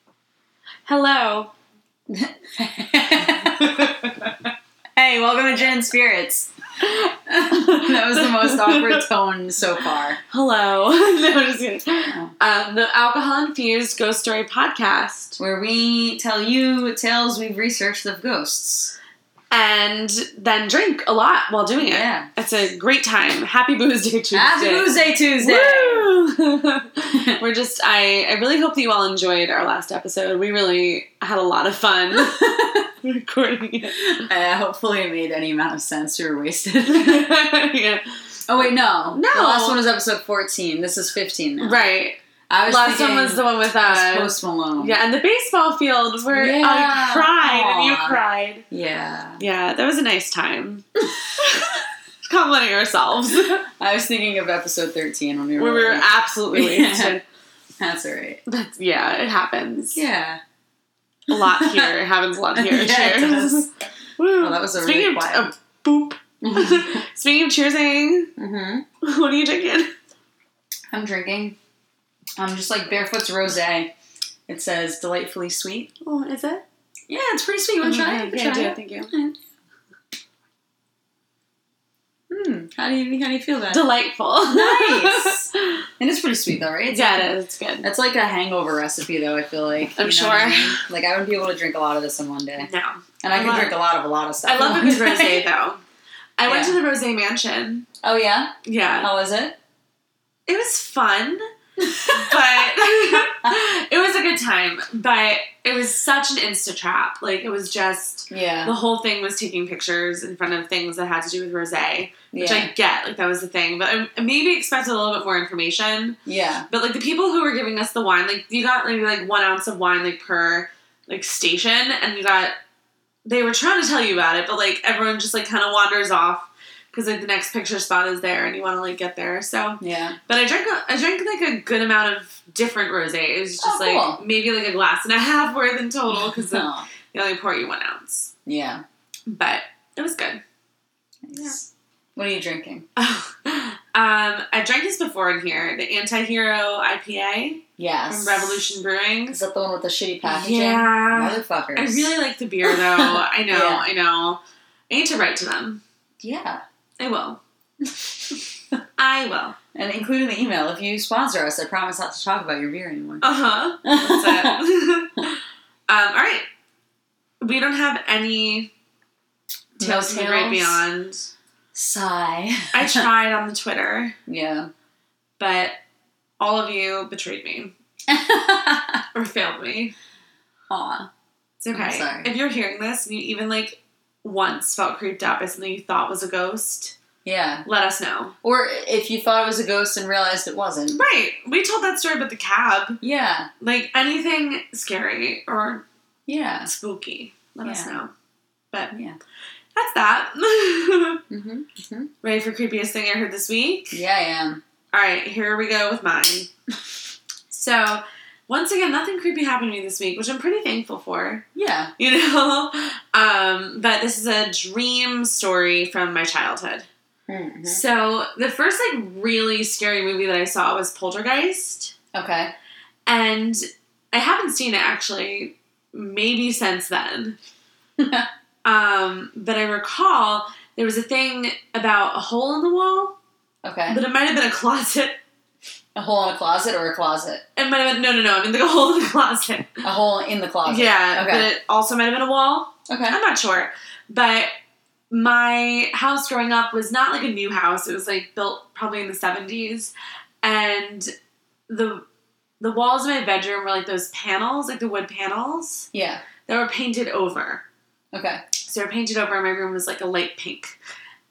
Hello. Hey, welcome to Gin and Spirits. that That was the most awkward tone so far. Hello. no, I'm just kidding. Oh. Um, the Alcohol Infused Ghost Story Podcast. Where we tell you tales we've researched of ghosts. And then drink a lot while doing it. Yeah. It's a great time. Happy Booze Day Tuesday. Happy Booze Day Tuesday! Woo! We're just, I, I really hope that you all enjoyed our last episode. We really had a lot of fun recording Uh, hopefully, it made any amount of sense. You were wasted. it. yeah. oh wait, no, No. The last one was episode fourteen. This is fifteen now. Right. I was Last one thinking was the one with it was uh, Post Malone. Yeah, and the baseball field where I Yeah. cried and you Aw. cried. Yeah. Yeah, that was a nice time. Complimenting ourselves. I was thinking of episode thirteen when we we were. were like, absolutely Yeah. wasted. That's alright. That's, yeah, it happens. Yeah. A lot here. It happens a lot here. Yeah, it cheers. does. Woo. Oh, that was a Speaking really of, quiet. of boop. Speaking of cheersing, mm-hmm. what are you drinking? I'm drinking. I'm just like Barefoot's rosé. It says delightfully sweet. Oh, is it? Mm-hmm. Yeah, it's pretty sweet. You want to try it? You Yeah, try I do. it? Thank you. Hmm. How do you how do you feel about it? Delightful. Nice. it is pretty sweet though, right? It's yeah, like- it is. It's good. That's like a hangover recipe though. I feel like I'm You know what I sure. mean? Like I would be able to drink a lot of this in one day, No. and I, I could love- drink a lot of a lot of stuff. I love a in good one day. rosé, though. I went to Yeah. the Rosé Mansion. Oh yeah, Yeah. how was it? It was fun, but it was a good time. But it was such an insta trap. Like it was just Yeah, the whole thing was taking pictures in front of things that had to do with rosé, which yeah, I get. Like that was the thing, but I maybe expected a little bit more information. yeah. But like the people who were giving us the wine, like you got maybe like one ounce of wine like per like station, and you got they were trying to tell you about it, but like everyone just like kind of wanders off because like the next picture spot is there, and you want to like get there. So, Yeah. but I drank a, I drank like a good amount of different rosé. It was just Oh, like cool. maybe like a glass and a half worth in total because they Oh, only pour you one ounce, yeah. but it was good. Nice. What are you drinking? um, I drank this before in here, the anti-hero IPA Yes. from Revolution Brewing. Is that the one with the shitty packaging? Yeah. Motherfuckers. Uh, I really like the beer though. I know, Yeah. I know. I need to write to them. Yeah. I will. I will. And including the email, if you sponsor us, I promise not to talk about your beer anymore. Uh huh. That's it. um, all right. We don't have any No tales from the Great tales? Beyond. Sigh. I tried on the Twitter, Yeah. but all of you betrayed me or failed me. Aw. It's okay. sorry. If you're hearing this and you even like once felt creeped out by something you thought was a ghost, Yeah. let us know. Or if you thought it was a ghost and realized it wasn't. Right. We told that story about the cab. Yeah. like anything scary or Yeah. spooky, let us Yeah. know. But Yeah. that's that. Mm-hmm. Ready for creepiest thing I heard this week? Yeah, I am. All right, here we go with mine. so, once again, nothing creepy happened to me this week, which I'm pretty thankful for. Yeah. You know, um, but this is a dream story from my childhood. Mm-hmm. So, the first like really scary movie that I saw was Poltergeist. Okay. and I haven't seen it actually, maybe since then. um, but I recall there was a thing about a hole in the wall, Okay. but it might have been a closet. A hole in a closet or a closet? It might have been no, no, no. I mean, like a hole in the closet. A hole in the closet. Yeah, Okay. but it also might have been a wall. Okay. I'm not sure, but my house growing up was not like a new house. It was like built probably in the 70s, and the the walls of my bedroom were like those panels, like the wood panels. Yeah. They were painted over. Okay. So they were painted over, and my room was like a light pink.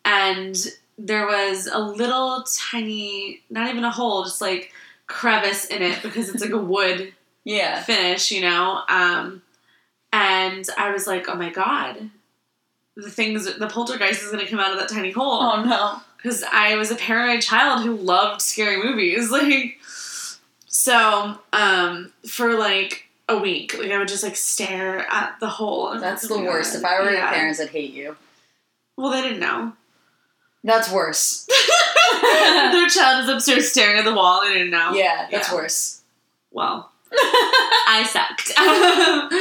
And there was a little tiny, not even a hole, just like crevice in it because it's like a wood Yeah. finish, you know? Um, and I was like, oh my god, the things, the poltergeist is gonna come out of that tiny hole. Oh no. Because I was a paranoid child who loved scary movies. Like, so, um, for like, a week, like I would just like stare at the hole. and- That's oh the my worst. God. If I were your Yeah. parents, I'd hate you. Well, they didn't know. That's worse. Their child is upstairs staring at the wall. They didn't know. Yeah, that's Yeah. worse. Well, I sucked.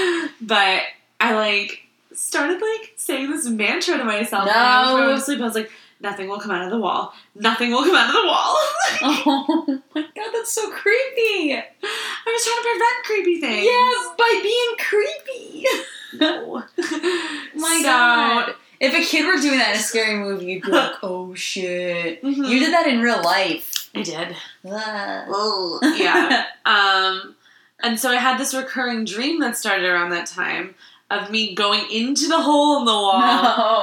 but I like started like saying this mantra to myself. when I was No. going to sleep. I was like, nothing will come out of the wall. Nothing will come out of the wall. oh my god, that's so creepy. I was trying to prevent creepy things. Yes, by being creepy. No. My So- god. If a kid were doing that in a scary movie, you'd be like, oh shit. Mhm. You did that in real life. I did. Ugh. Oh. Yeah. Um, and so I had this recurring dream that started around that time of me going into the hole in the wall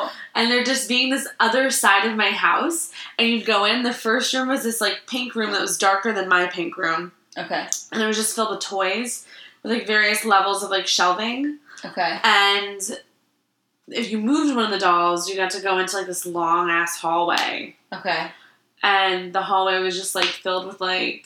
no. and there just being this other side of my house. And you'd go in, the first room was this like pink room that was darker than my pink room. Okay. And it was just filled with toys with like various levels of like shelving. Okay. And if you moved one of the dolls, you got to go into like this long ass hallway. Okay. And the hallway was just like filled with like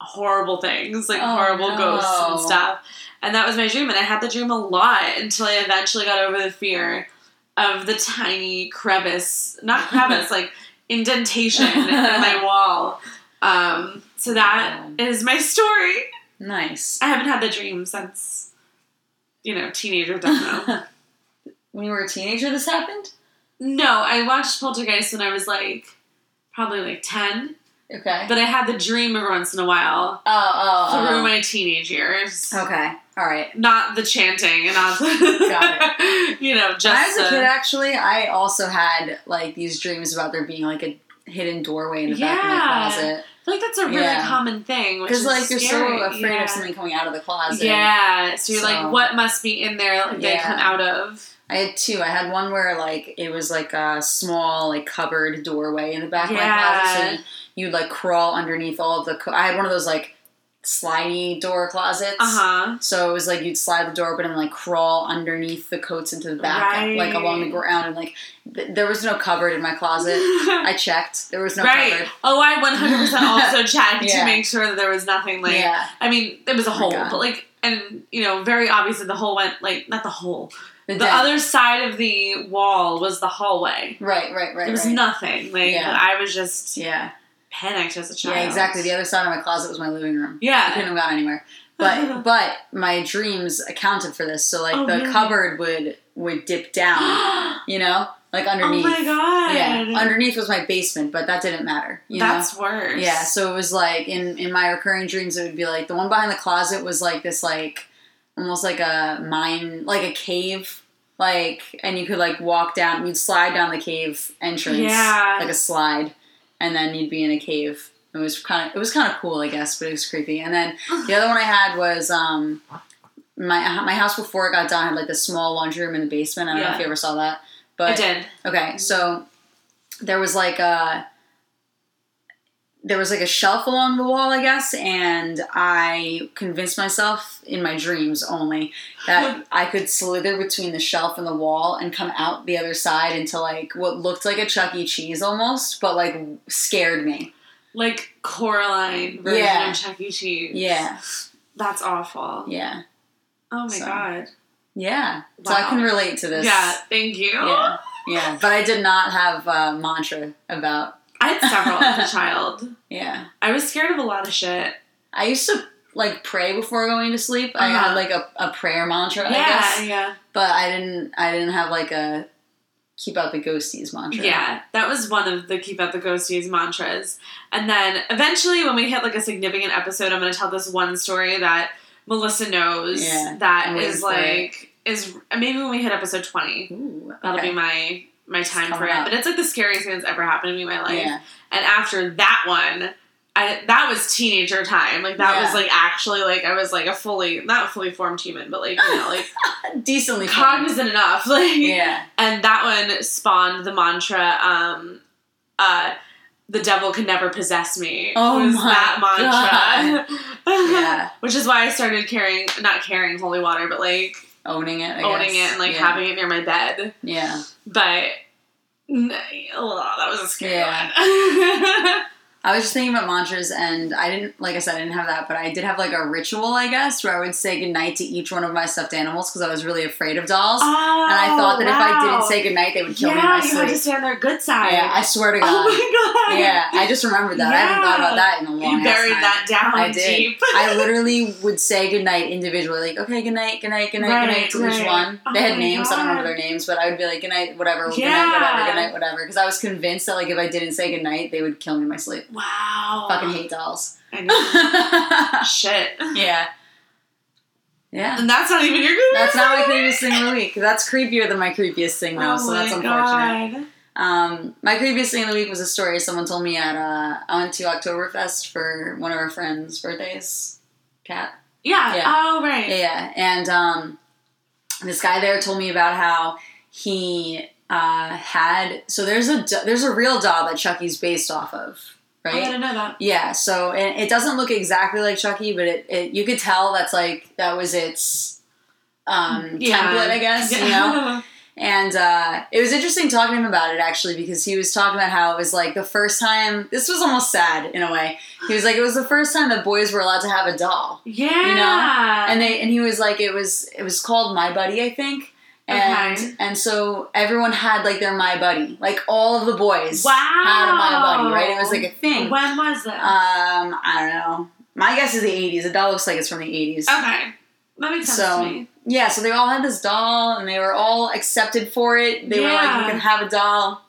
horrible things, like Oh, horrible ghosts no. and stuff. And that was my dream. And I had the dream a lot until I eventually got over the fear of the tiny crevice, not crevice, like indentation in my wall. Um, so that is Wow. my story. Nice. I haven't had the dream since, you know, teenager. Don't know. when you were a teenager, this happened? no, I watched Poltergeist when I was like probably like ten, Okay. but I had the dream every once in a while oh, oh, oh. through my teenage years. Okay. All right. Not the chanting and not the, Got you know, just When I was a the- kid, actually, I also had like these dreams about there being like a hidden doorway in the back of Yeah. my closet I feel like that's a really Yeah. common thing. because Because like you're scary. so afraid yeah. of something coming out of the closet. Yeah, so you're So- like, what must be in there? Like they Yeah. come out of. I had two. I had one where like it was like a small like cupboard doorway in the back of my Yeah. closet, so you- you'd like crawl underneath all of the. Co- I had one of those like slidey door closets. Uh huh. So it was like you'd slide the door open and like crawl underneath the coats into the back, Right. like along the ground, and like th- there was no cupboard in my closet. I checked. There was no right. cupboard. Oh, I 100% also checked Yeah. to make sure that there was nothing like. yeah, I mean, it was a Oh my hole, God. but like, and you know, very obvious that the hole went like not the hole. the, The dent. other side of the wall was the hallway. Right, right, right. there was right. nothing. Like, Yeah. but I was just Yeah, panicked as a child. yeah, exactly. The other side of my closet was my living room. I Yeah. couldn't have gone anywhere. But but my dreams accounted for this. So like Oh, the really? cupboard would would dip down, oh you know, like underneath. my god. Yeah, underneath was my basement, but that didn't matter. You know? That's worse. Yeah, so it was like in in my recurring dreams, it would be like the one behind the closet was like this like almost like a mine, like a cave, like and you could like walk down, you'd slide down the cave entrance, Yeah. like a slide, and then you'd be in a cave. It was kind of it was kind of cool, I guess, but it was creepy. And then the other one I had was um my my house before it got done had like this small laundry room in the basement. I don't know if Yeah. you ever saw that, I but did. Okay, so there was like a there was like a shelf along the wall, I guess, and I convinced myself in my dreams only that I could slither between the shelf and the wall and come out the other side into like what looked like a Chuck E. Cheese almost, but like scared me. Like Coraline version Yeah. of Chuck E. Cheese. Yeah, That's awful. yeah, Oh my So. god. yeah. So I Wow. can relate to this. Yeah, thank you. yeah, yeah. But I did not have a mantra about I had several as a child. yeah. I was scared of a lot of shit. I used to like pray before going to sleep. I Uh-huh. had like a, a prayer mantra, I yeah, guess. yeah, But I didn't I didn't have like a keep out the ghosties mantra. yeah. That was one of the keep out the ghosties mantras. And then eventually, when we hit like a significant episode, I'm going to tell this one story that Melissa knows. Yeah, I'm that waiting is for like is maybe when we hit episode 20, Ooh, that'll okay. be my my time for coming it. up. But it's like the scariest thing that's ever happened to me in my life. yeah. And after that one, I, that was teenager time. Like that was Yeah. like actually like I was like a fully not fully formed human, but like you know like Decently formed. cognizant enough. Like Yeah. and that one spawned the mantra. Um, uh, the devil can never possess me. Oh was my that mantra. Yeah. Which is why I started carrying, not carrying holy water, but like Owning it, I owning guess. it and like yeah. having it near my bed. Yeah. But n- oh, that was a scary Yeah. one. I was just thinking about mantras, and I didn't, like I said, I didn't have that, but I did have like a ritual, I guess, where I would say goodnight to each one of my stuffed animals because I was really afraid of dolls. Oh, and I thought that if I wow. didn't say goodnight, they would kill Oh, yeah, me in my you have to sleep. stay on their good side. Yeah, I swear to God. oh my god. Yeah, I just remembered that. I haven't thought about that in a long you buried ass time. that down I did. deep. I literally would say goodnight individually, like, okay, goodnight, goodnight, goodnight, Right, goodnight to right. each one. They Oh had my names, I don't remember God. their names, but I would be like, goodnight, whatever, Yeah. goodnight, whatever, goodnight, whatever. Because I was convinced that, like, if I didn't say goodnight, they would kill me in my sleep. wow. Fucking hate dolls. I know. yeah. Shit. Yeah. And that's not even your good. That's not my creepiest thing of the week. That's creepier than my creepiest thing, though, Oh so my that's god. unfortunate. Um, my creepiest thing of the week was a story someone told me at uh, I went to Oktoberfest for one of our friends' birthdays. Cat. Yeah. Yeah. Oh right. Yeah, and um, this guy there told me about how he uh, had so there's a do- there's a real doll that Chucky's based off of, I right? didn't know Oh, that. Yeah, so and it doesn't look exactly like Chucky, but it, it you could tell that's like that was its um, Yeah. template, I guess. You know, and uh, it was interesting talking to him about it actually because he was talking about how it was like the first time, this was almost sad in a way. He was like, it was the first time that boys were allowed to have a doll. yeah. And they and he was like, it was it was called My Buddy, I think. And Okay. and so everyone had like their My Buddy. Like all of the boys wow. had a My Buddy, right? It was like a thing. Um, When was this? I don't know. My guess is the 80s. The doll looks like it's from the 80s. okay. That makes sense So- to me. Yeah, so they all had this doll and they were all accepted for it. They were like, Yeah. you can have a doll.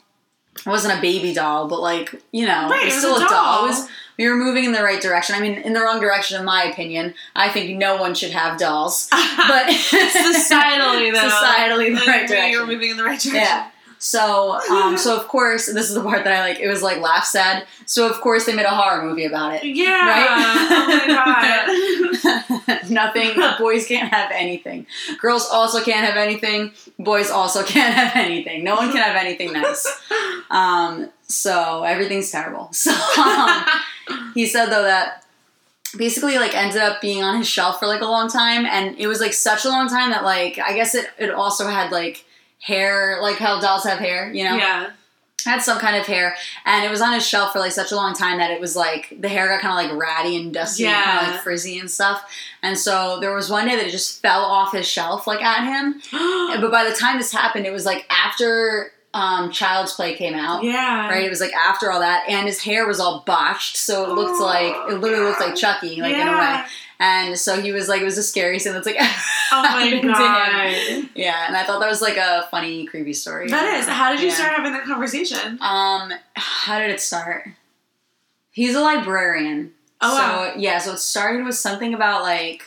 It wasn't a baby doll, but like, you know, Right, it was still a doll. It was- we were moving in the right direction. I mean, in the wrong direction, in my opinion. I think no one should have dolls. But societally though. Societally, the right Maybe You direction. were moving in the right direction. Yeah. So, um, so of course, this is the part that I like, it was like laugh sad. So, of course, they made a horror movie about it. Yeah. Right? Oh my god. Nothing. Boys can't have anything. Girls also can't have anything. Boys also can't have anything. No one can have anything nice. Um, so everything's terrible. So um, he said though that basically like ended up being on his shelf for like a long time, and it was like such a long time that like I guess it it also had like hair like how dolls have hair, you know yeah. had some kind of hair and it was on his shelf for like such a long time that it was like the hair got kind of like ratty and dusty and kind of Yeah. like frizzy and stuff and so there was one day that it just fell off his shelf like at him but by the time this happened it was like after um, child's play came out yeah. right it was like after all that and his hair was all botched so it looked Oh, like it literally looked like God. chucky like in a yeah. way and so he was like it was the scariest thing that's like Oh my happened to god. him. yeah and i thought that was like a funny creepy story That is. How did you Yeah. start having that conversation? Um, how did it start? He's a librarian. Oh, so, wow. yeah, so it started with something about like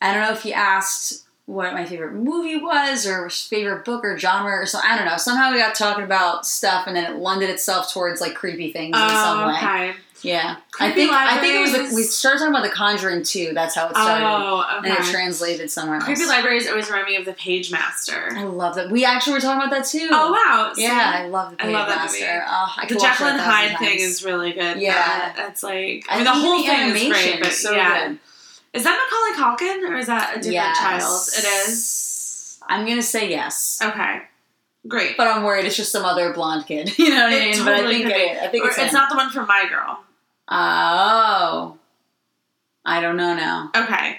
I don't know if he asked what my favorite movie was or favorite book or genre or so I don't know. Somehow we got talking about stuff and then it lended itself towards like creepy things in some Oh, way. okay. Yeah. I Creepy think I think it was libraries. the, we started talking about the conjuring too, that's how it started. Oh, okay. And it translated somewhere else. Creepy libraries always remind me of the Page Master. I love that. We actually were talking about that too. Oh wow! So Yeah, I love the I love that Master. movie. Oh, I the could watch it a Jekyll and thousand Hyde times. thing is really good. Yeah. That- that's like I I mean the think whole even thing is animation great, but is so yeah, good. is that Macaulay Culkin or is that a different Yes. child? It is. I'm gonna say yes, Okay, great. but I'm worried it's just some other blonde kid. You know what I mean? It but I totally think could it be. is. I think Or it's, it's him. not the one from My Girl. Oh, I don't know now. Okay,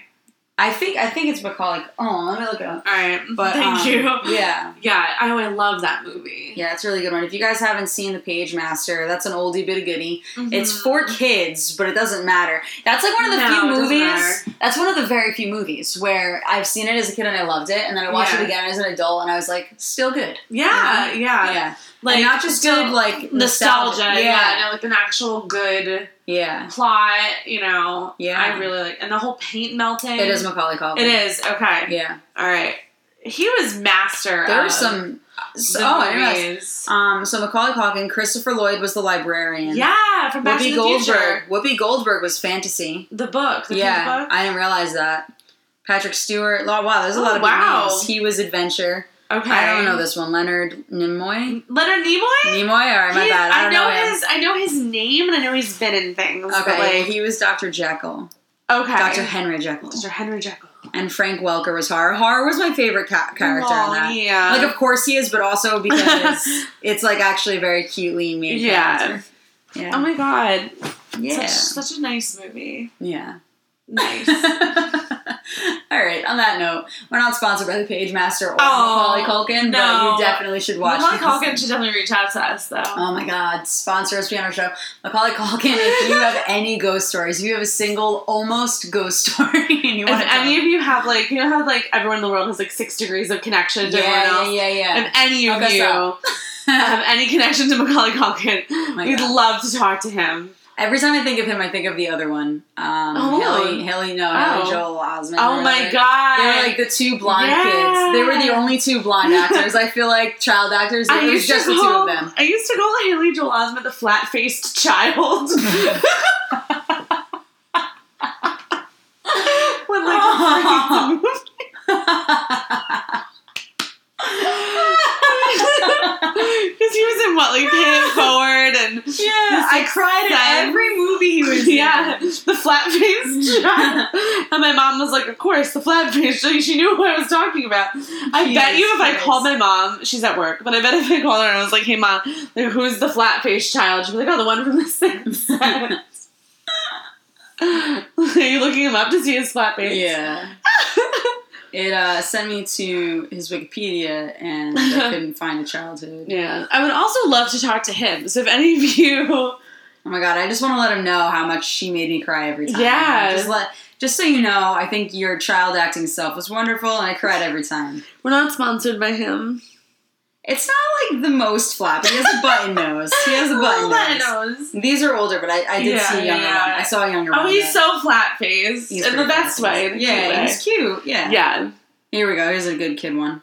I think I think it's Macaulay. Oh, let me look it up. all right. But Thank um, you. Yeah. Yeah, I, I love that movie. Yeah, it's a really good one. If you guys haven't seen The Page Master, that's an oldie bit of goodie. It's Mhm. for kids, but it doesn't matter. That's like one of the No, it few doesn't movies. matter. That's one of the very few movies where I've seen it as a kid and I loved it, and then I watched Yeah. it again as an adult and I was like, still good. Yeah, yeah, yeah. Uh, Like And not just still good like nostalgia. Yeah, Yeah. no, like an actual good Yeah. plot. You know. Yeah. I really like, and the whole paint melting. It is Macaulay Culkin. It is okay. Yeah. All right. He was master. There were of some. So, the oh, I didn't realize. movies. Um, so Macaulay Culkin, Christopher Lloyd was the librarian. Yeah, from Back to Whoopi the Goldberg. Future. Whoopi Goldberg was fantasy. The book. The yeah, pink book. I didn't realize that. Patrick Stewart. Wow, wow there's a Oh, lot of big wow. names. He was adventure. Okay. I don't know this one. Leonard Nimoy. Leonard Nimoy. Nimoy. All right, my He's- bad. I don't know, know, him. his. I know his name, and I know he's been in things. but, Okay, like- he was Dr. Jekyll. okay. Dr. Henry Jekyll. Dr. Henry Jekyll. And Frank Welker was Har. Har was my favorite ca- character in Aw, that. Yeah. Like, of course he is, but also because it's like actually a very cutely made Yeah. character. Oh Yeah. my god. Yeah. Such, such a nice movie. Yeah. Nice. All right. On that note, we're not sponsored by the Page Master or Oh, Macaulay Culkin, no. but you definitely should watch. Macaulay these. Culkin should definitely reach out to us though. Oh my God! Sponsor us, be on our show. Macaulay Culkin. If you have any ghost stories, if you have a single almost ghost story, and you if want to, any of you have like you know how like everyone in the world has like six degrees of connection to everyone yeah, yeah, else? yeah, yeah, If any of Hook us you have any connection to Macaulay Culkin, Oh my we'd God. love to talk to him. Every time I think of him, I think of the other one. Um, Oh. Haley, Haley, no, Oh. Haley Joel Osment. Oh or my whatever. god. They were like the two blind Yeah. kids. They were the only two blind actors. I feel like child actors. I It was used, just to the call, two of them. I used to call Haley Joel Osment the flat faced child. when like Oh. Because he was in what, like Pay It Forward and Yeah, I cried Sense. at every movie he was yeah, the flat faced child. And my mom was like, Of course, the flat faced child. She knew what I was talking about. I bet Jesus you if I Christ. called my mom, she's at work, but I bet if I called her and I was like, Hey mom, like, who's the flat faced child? She'd be like, Oh, the one from the sixth sense. in. Are you looking him up to see his flat face? yeah. It uh, sent me to his Wikipedia and I couldn't find a childhood. Yeah. I would also love to talk to him. So if any of you Oh my god, I just want to let him know how much she made me cry every time. Yeah. Just let just so you know, I think your child acting self was wonderful and I cried every time. We're not sponsored by him. It's not like the most flappy. He has a button nose. He has a button nose. These are older, but I, I did Yeah, see a younger yeah. one. I saw a younger one. Oh, he's but so flat faced. he's In the pretty best fast. way. in a Yeah, cute way. he's cute. Yeah. Yeah. Here we go. Here's a good kid one.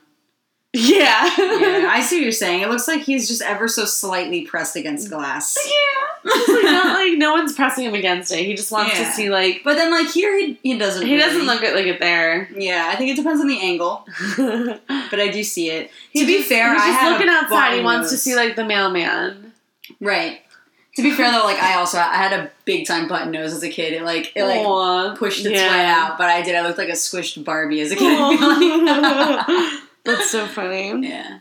Yeah. Yeah, I see what you're saying. It looks like he's just ever so slightly pressed against glass. Yeah. It's like not like no one's pressing him against it. He just wants to Yeah. see like But then, like here, he, he doesn't. he doesn't really- look at like it there. Yeah, I think it depends on the angle, but I do see it. to be He's- fair, he's I just had looking a outside. He button wants to nose. see like the mailman. right. To be fair though, like I also I had a big time button nose as a kid. It like it like Aw. pushed its Yeah. way out, but I did. I looked like a squished Barbie as a kid. I feel like. Oh. That's so funny. yeah.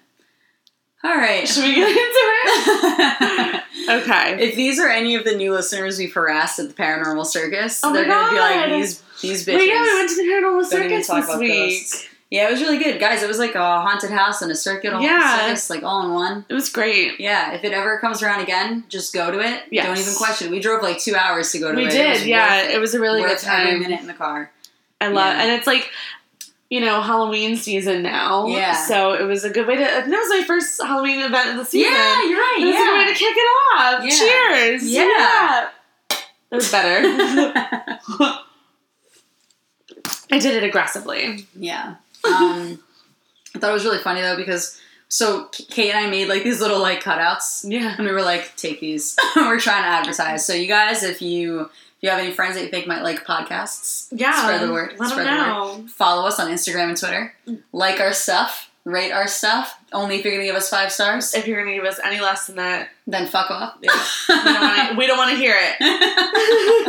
All right. Should we get into it? Okay. if these are any of the new listeners we've harassed at the Paranormal Circus, Oh my they're gonna be like God. these these bitches. Well, yeah, we went to the paranormal Don't even circus talk this about week. ghosts. Yeah, it was really good, guys. It was like a haunted house and a circuit, all Yeah. circus, like all in one. It was great. Yeah, if it ever comes around again, just go to it. Yes. Don't even question. it. We drove like two hours to go to we it. It did, was yeah. worth It was a really worth good Every time. minute in the car. I love, Yeah. and it's like, you know, Halloween season now. Yeah. So it was a good way to. I think that was my first Halloween event of the season. Yeah, you're It was a good way right. to kick it off. Yeah. Cheers. Yeah. It was better. Yeah. I did it aggressively. yeah. Um, I thought it was really funny though because so K- Kate and I made like these little like cutouts Yeah. and we were like, take these. we're trying to advertise. So you guys, if you if you have any friends that you think might like podcasts, Yeah. Spread the word. Let 'em Spread the know. Mm. follow us on Instagram and Twitter. Like our stuff. Rate our stuff. Only if you're gonna give us five stars, If you're gonna give us any less than that, then fuck off. we don't wanna- we don't want to hear it.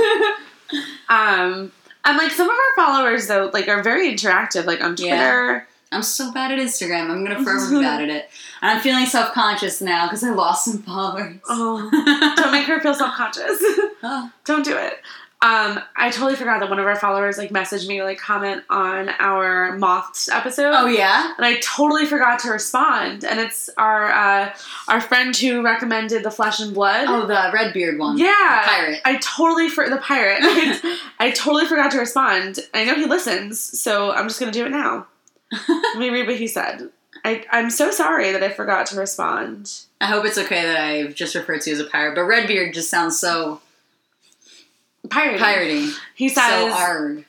um, and like some of our followers though, like are very interactive, like on Yeah. Twitter. I'm so bad at Instagram. I'm gonna forever be bad at it, and I'm feeling self conscious now because I lost some followers. Oh, don't make her feel self conscious. Oh. don't do it. Um, I totally forgot that one of our followers like messaged me like comment on our moths episode. Oh, yeah, And I totally forgot to respond. And it's our uh, our friend who recommended the Flesh and Blood. oh the red beard one. yeah, The pirate. I totally for the pirate. I totally forgot to respond. I know he listens, so I'm just gonna do it now. Let me read what he said. I, I'm so sorry that I forgot to respond. I hope it's okay that I've just referred to you as a pirate, but red beard just sounds so Pirate. pirating. He So says, arg.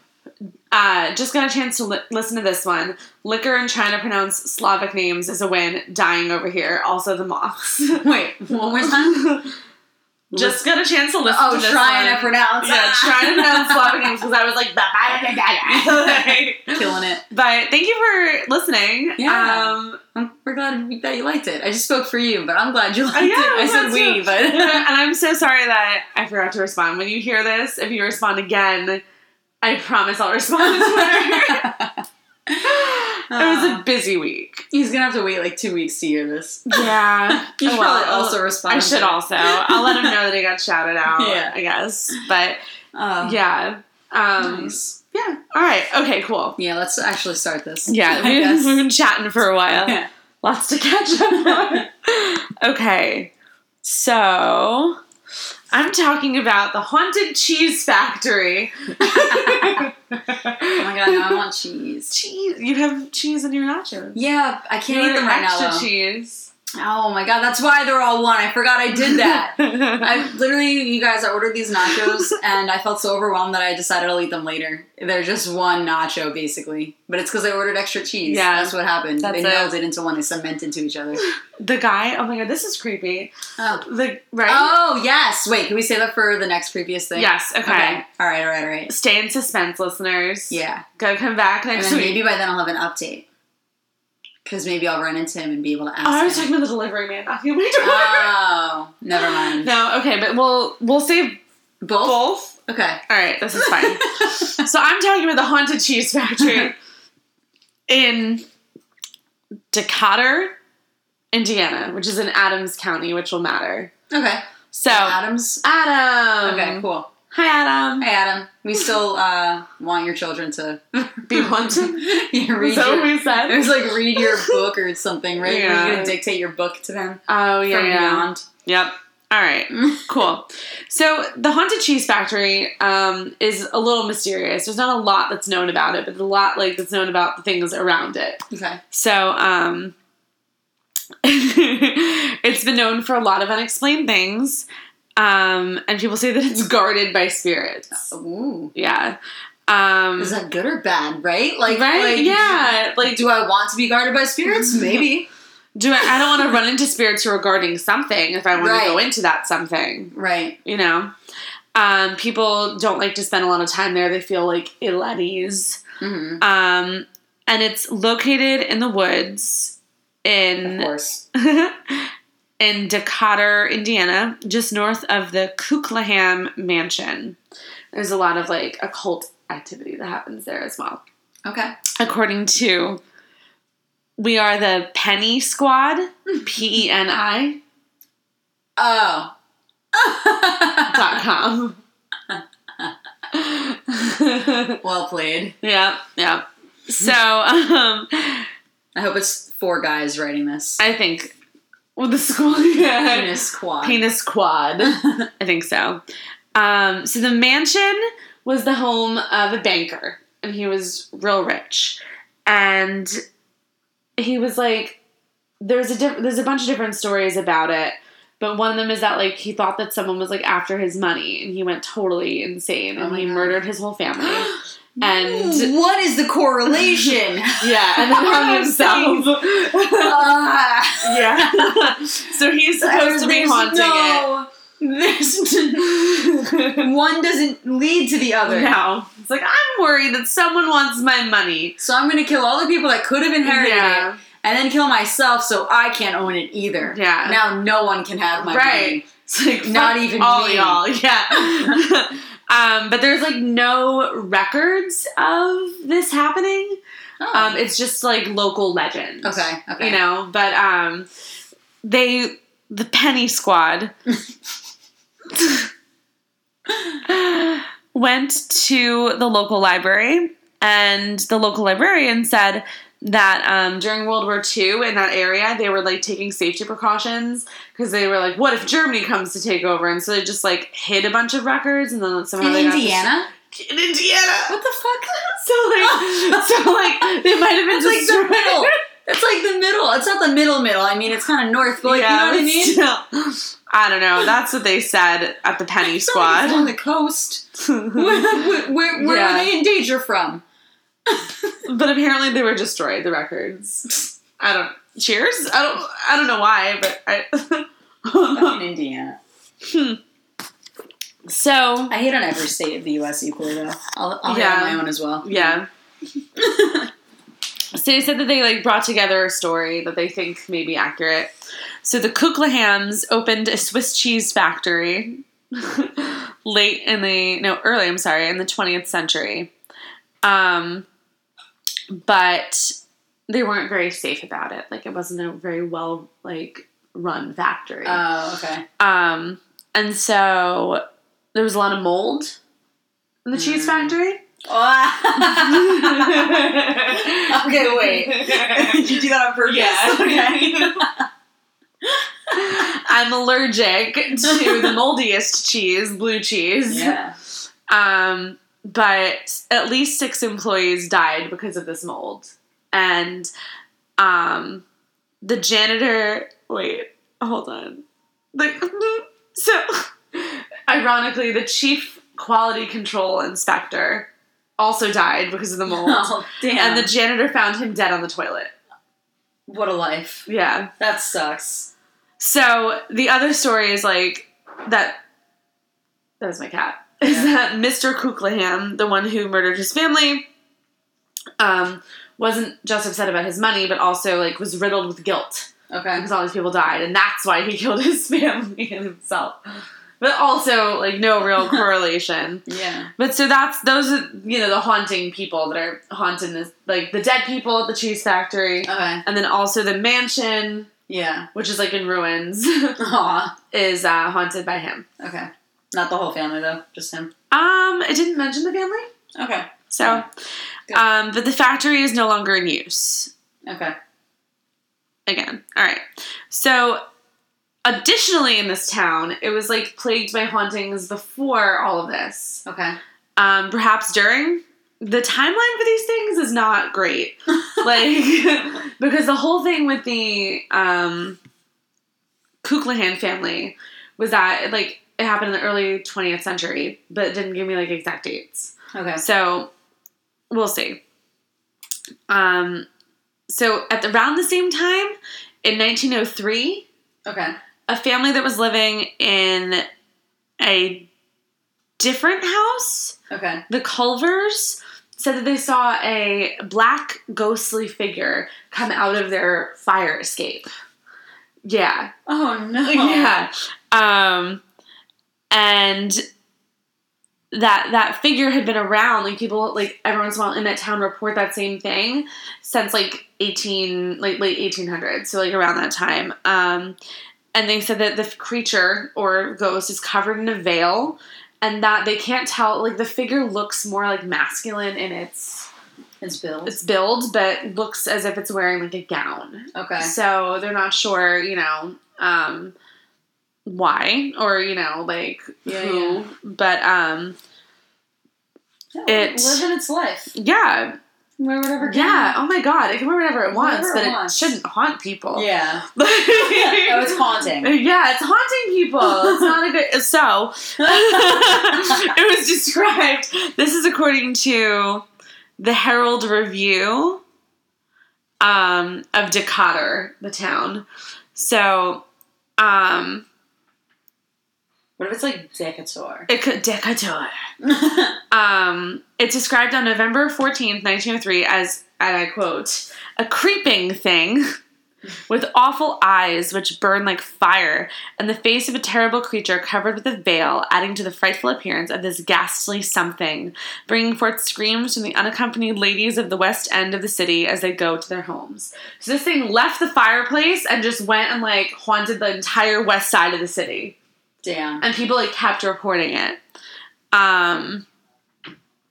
uh, just got a chance to li- listen to this one. Liquor and trying to pronounce Slavic names is a win. Dying over here. Also the moths. Wait, one more time. just got a chance to listen to Oh, this trying one. to pronounce. yeah, trying to pronounce Slavic names because I was like, Killing it. But thank you for listening. Yeah. Um, I'm, we're glad that you liked it. I just spoke for you, but I'm glad you liked yeah, it. I I'm said glad we, too. and but I'm so sorry that I forgot to respond. When you hear this, if you respond again, Uh-huh. I promise I'll respond on Twitter. it was a busy week. He's gonna have to wait like two weeks to hear this. Yeah. Oh, You should probably also respond. I should to it. also. I'll let him know that I got shouted out. Yeah. I guess. But Uh, yeah. yeah. Um, Nice. Yeah. All right. Okay. Cool. let's actually start this. Yeah. I We, guess. Oh we've been chatting for a while. Yeah. Lots to catch up on. okay. So I'm talking about the Haunted Cheese Factory. Oh my god, now I want cheese. cheese. You have cheese in your nachos. Yeah, I can't You eat ordered them right now. extra though. cheese. Oh my god, that's why they're all one. I forgot I did that. I literally, you guys, I ordered these nachos and I felt so overwhelmed that I decided I'll eat them later. They're just one nacho, basically. But it's because I ordered extra cheese. Yeah. That's what happened. That's they it. melded into one, they cemented to each other. the guy. Oh my god, this is creepy. Oh. The right. Oh, yes. Wait, can we save that for the next previous thing? Yes. Okay. All right, all right, all right. Stay in suspense, listeners. Yeah. Go come back And next then week. maybe by then I'll have an update. Because maybe I'll run into him and be able to ask oh, I was him. talking about the delivery man. Oh, you want me to- oh, never mind. No, okay, but we'll we'll save Both? both. Okay. All right, this is fine. so I'm talking about the haunted cheese factory in Decatur, Indiana, which is in Adams County, which will matter. Okay. So Um, Adams. Adam. okay, cool. Hi, Adam. Hey, Adam. We still uh, want your children to Be haunted. yeah, read Is that what your, we said? it was like read your book or something, right? Were Yeah. you gonna dictate your book to them oh yeah, from yeah. beyond? Yep. All right. cool. So the haunted cheese factory um, is a little mysterious. There's not a lot that's known about it, but there's a lot like that's known about the things around it. Okay. So um, it's been known for a lot of unexplained things, um, and people say that it's guarded by spirits. Ooh. Yeah. Um, Is that good or bad? Right? Like, right? like, yeah. Mm-hmm. Like, Do I want to be guarded by spirits? Maybe. do I? I don't want to run into spirits who are guarding something if I want to go Right. into that something. right. you know. Um, people don't like to spend a lot of time there. They feel like ill at ease. hmm Um, and it's located in the woods Of in course. in Decatur, Indiana, just north of the Kuklaham Mansion. There's a lot of like occult activity that happens there as well. Okay. According to we are the Penny Squad, P E N I Oh. dot com. well played. Yep, yep. So, um, I hope it's four guys writing this. I think well, the school yeah. Penis quad. Penis quad. I think so. Um, so the mansion was the home of a banker, and he was real rich, and he was like, there's a diff- there's a bunch of different stories about it. But one of them is that like he thought that someone was like after his money, and he went totally insane, Oh and my he God. murdered his whole family. and Ooh, what is the correlation? yeah, and then hung himself. Ah. yeah. so he's supposed to be There's haunting no- it. One doesn't lead to the other. no. It's like, I'm worried that someone wants my money. So I'm gonna kill all the people that could have inherited it, Yeah. and then kill myself so I can't own it either. Yeah. Now no one can have my Right. It's like, Not fuck even all me. y'all. Yeah. um, but there's like no records of this happening. money. Oh. Um, it's just like local legend. okay. Okay. You know, but um, they, the Penny Squad, went to the local library, and the local librarian said that um, during World War II in that area, they were like taking safety precautions because they were like, what if Germany comes to take over? And so they just like hid a bunch of records, and then somehow In they got Indiana? dis- in Indiana. What the fuck? So like, so like, they might have been That's like just the middle. That's like the middle. It's not the middle middle. I mean, it's kind of north, but like, you know what I mean? mean? I don't know. That's what they said at the Penny It's not like it's on Squad. the coast. where where, where Yeah. are they in danger from? but apparently they were destroyed, the records. I don't cheers? I don't I don't know why, but I Indiana. So I hate on every state of the U.S. equally, though. I'll, I'll Yeah. hate on my own as well. yeah. so they said that they like brought together a story that they think may be accurate. So the Kuklahams opened a Swiss cheese factory late in the no early I'm sorry in the 20th century, um, but they weren't very safe about it. Like it wasn't a very well like run factory. Oh, okay. um, and so there was a lot of mold in the cheese Mm. factory. okay, wait. Did you do that on purpose? Yeah. Okay. I'm allergic to the moldiest cheese, blue cheese. yeah. Um, but at least six employees died because of this mold. And um, the janitor. Wait, hold on. Like, so, ironically, the chief quality control inspector also died because of the mold. Oh, damn. And the janitor found him dead on the toilet. what a life. Yeah. That sucks. So the other story is like that. That was my cat. Is Yeah. that Mr. Kuklahan, the one who murdered his family, um, wasn't just upset about his money, but also like was riddled with guilt Okay. because all these people died, and that's why he killed his family and himself. But also like no real correlation. Yeah. But so that's those are you know the haunting people that are haunting this like the dead people at the cheese factory, Okay. and then also the mansion Yeah. which is like in ruins. Aw. is uh, haunted by him. Okay. Not the whole family though, just him. Um, it didn't mention the family, Okay. so. Good. Um, but the factory is no longer in use Okay. again. All right. So, additionally, in this town, it was like plagued by hauntings before all of this. Okay. Um, perhaps during. The timeline for these things is not great, like because the whole thing with the um, Kuklahan family was that like it happened in the early 20th century, but it didn't give me like exact dates. Okay. So we'll see. Um, so at the, around the same time, in 1903, Okay. a family that was living in a different house, Okay. the Culvers, said that they saw a black ghostly figure come out of their fire escape. Yeah, Oh no. yeah. Um, and that that figure had been around. Like people, like every once in a while in that town, report that same thing since like eighteen, like late eighteen hundreds. So like around that time. Um, and they said that the creature or ghost is covered in a veil, and that they can't tell. Like the figure looks more like masculine in its It's Bill. its build, but looks as if it's wearing like a gown. Okay. So they're not sure, you know, um, why or you know, like Yeah, who. But um, No, It- living its life. yeah, Wear whatever. yeah. Oh my god, it can wear whatever it wants, Whatever but it it wants. shouldn't haunt people. Yeah. oh, Oh, it's haunting. Yeah, it's haunting people. It's not a good. So it was described. This is according to the Herald Review um, of Decatur, the town. So. Um, What if it's like Decatur? It could Decatur. Um, it's described on November 14th, 1903, as, and I quote, a creeping thing with awful eyes which burn like fire, and the face of a terrible creature covered with a veil, adding to the frightful appearance of this ghastly something, bringing forth screams from the unaccompanied ladies of the west end of the city as they go to their homes. So this thing left the fireplace and just went and like haunted the entire west side of the city Damn. and people like kept reporting it. Um,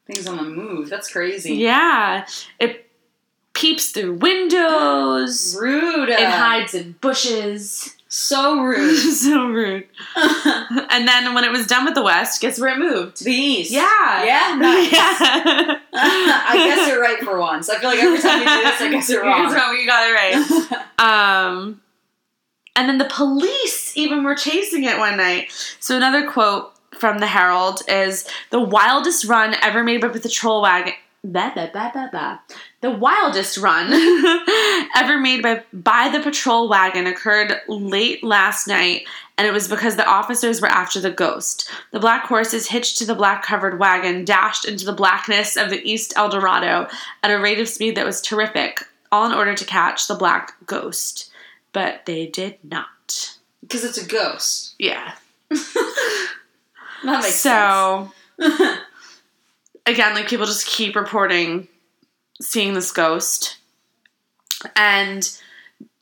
Things on the move. That's crazy. yeah, it peeps through windows. Rude. It hides in bushes. So rude. so rude. to And then when it was done with the West, guess where it moved? the east. Yeah. Yeah. Nice. Yeah. I guess you're right for once. I feel like every time you do this, I guess you're You guess wrong. wrong, You got it right. Um, and then the police even were chasing it one night. So another quote from the Herald is the wildest run ever made by the patrol wagon. Blah, blah, blah, blah, blah. The wildest run ever made by by the patrol wagon occurred late last night, and it was because the officers were after the ghost. The black horses hitched to the black covered wagon dashed into the blackness of the East El Dorado at a rate of speed that was terrific, all in order to catch the black ghost. But they did not. Because it's a ghost. Yeah. That makes so sense. again, like people just keep reporting seeing this ghost. And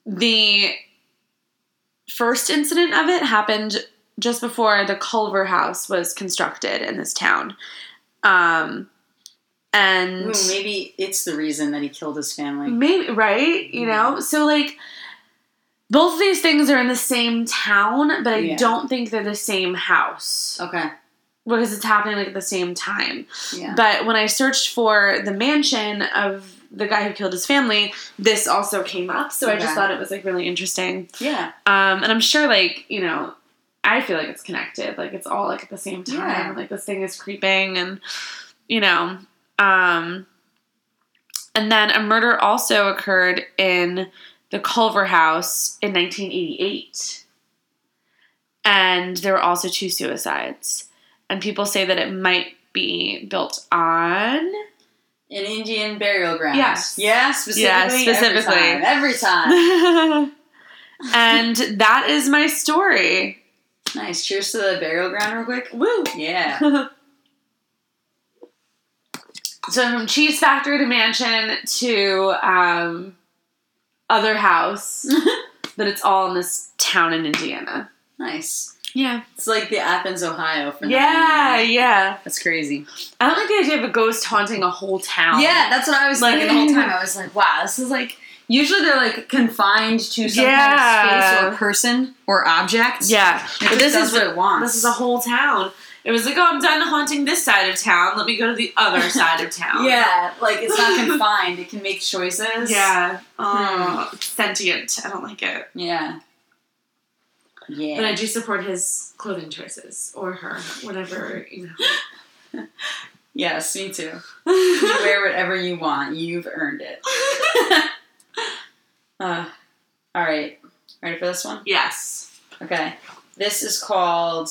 the first incident of it happened just before the Culver House was constructed in this town. Um, and Ooh, maybe it's the reason that he killed his family. Maybe right, you Mm-hmm. know. So like both of these things are in the same town, but I Yeah. Oh. don't think they're the same house Okay. because it's happening like at the same time. Yeah. But when I searched for the mansion of the guy who killed his family, this also came up. So I just Okay. thought it was like really interesting. yeah. Um, and I'm sure like, you know, I feel like it's connected. Like it's all like at the same time. Yeah. Like this thing is creeping and you know. Um and then a murder also occurred in the Culver house in 1988. And there were also two suicides. And people say that it might be built on An Indian burial ground. Yes. Yeah. Specifically. specifically. Every time. Every time. and that is my story. nice. Cheers to the burial ground, real quick. Woo! Yeah. so from cheese factory to mansion to um, other house, but it's all in this town in Indiana. Nice. Yeah. It's like the Athens, Ohio. For Yeah, That. yeah. That's crazy. I don't like the idea of a ghost haunting a whole town. Yeah, that's what I was Like- thinking the whole time. I was like, wow, this is like. Usually they're like confined to some kind of Yeah. space or person or object. Yeah. It But this just is does what it wants. this is a whole town. It was like, oh, I'm done haunting this side of town. Let me go to the other side of town. Yeah, like it's not confined. It can make choices. Yeah. Hmm. Oh, sentient. I don't like it. Yeah. Yeah. But I do support his clothing choices or her, whatever you know. yes, me too. You wear whatever you want. You've earned it. uh, all right. Ready for this one? Yes. Okay. This is called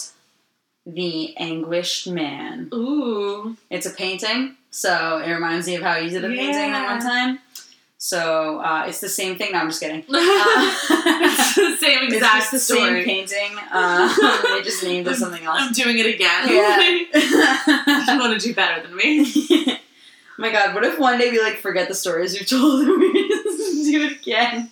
The Anguished Man. Ooh. It's a painting, so it reminds me of how you did the painting that one Yeah. time. So uh, it's the same thing. No, I'm just kidding. it's Uh, the same It's exact just the same story. painting. Uh, they just named it something I'm else. doing it again. Yeah. you want to do better than me. My God, what if one day we like forget the stories we've told and we just do it again?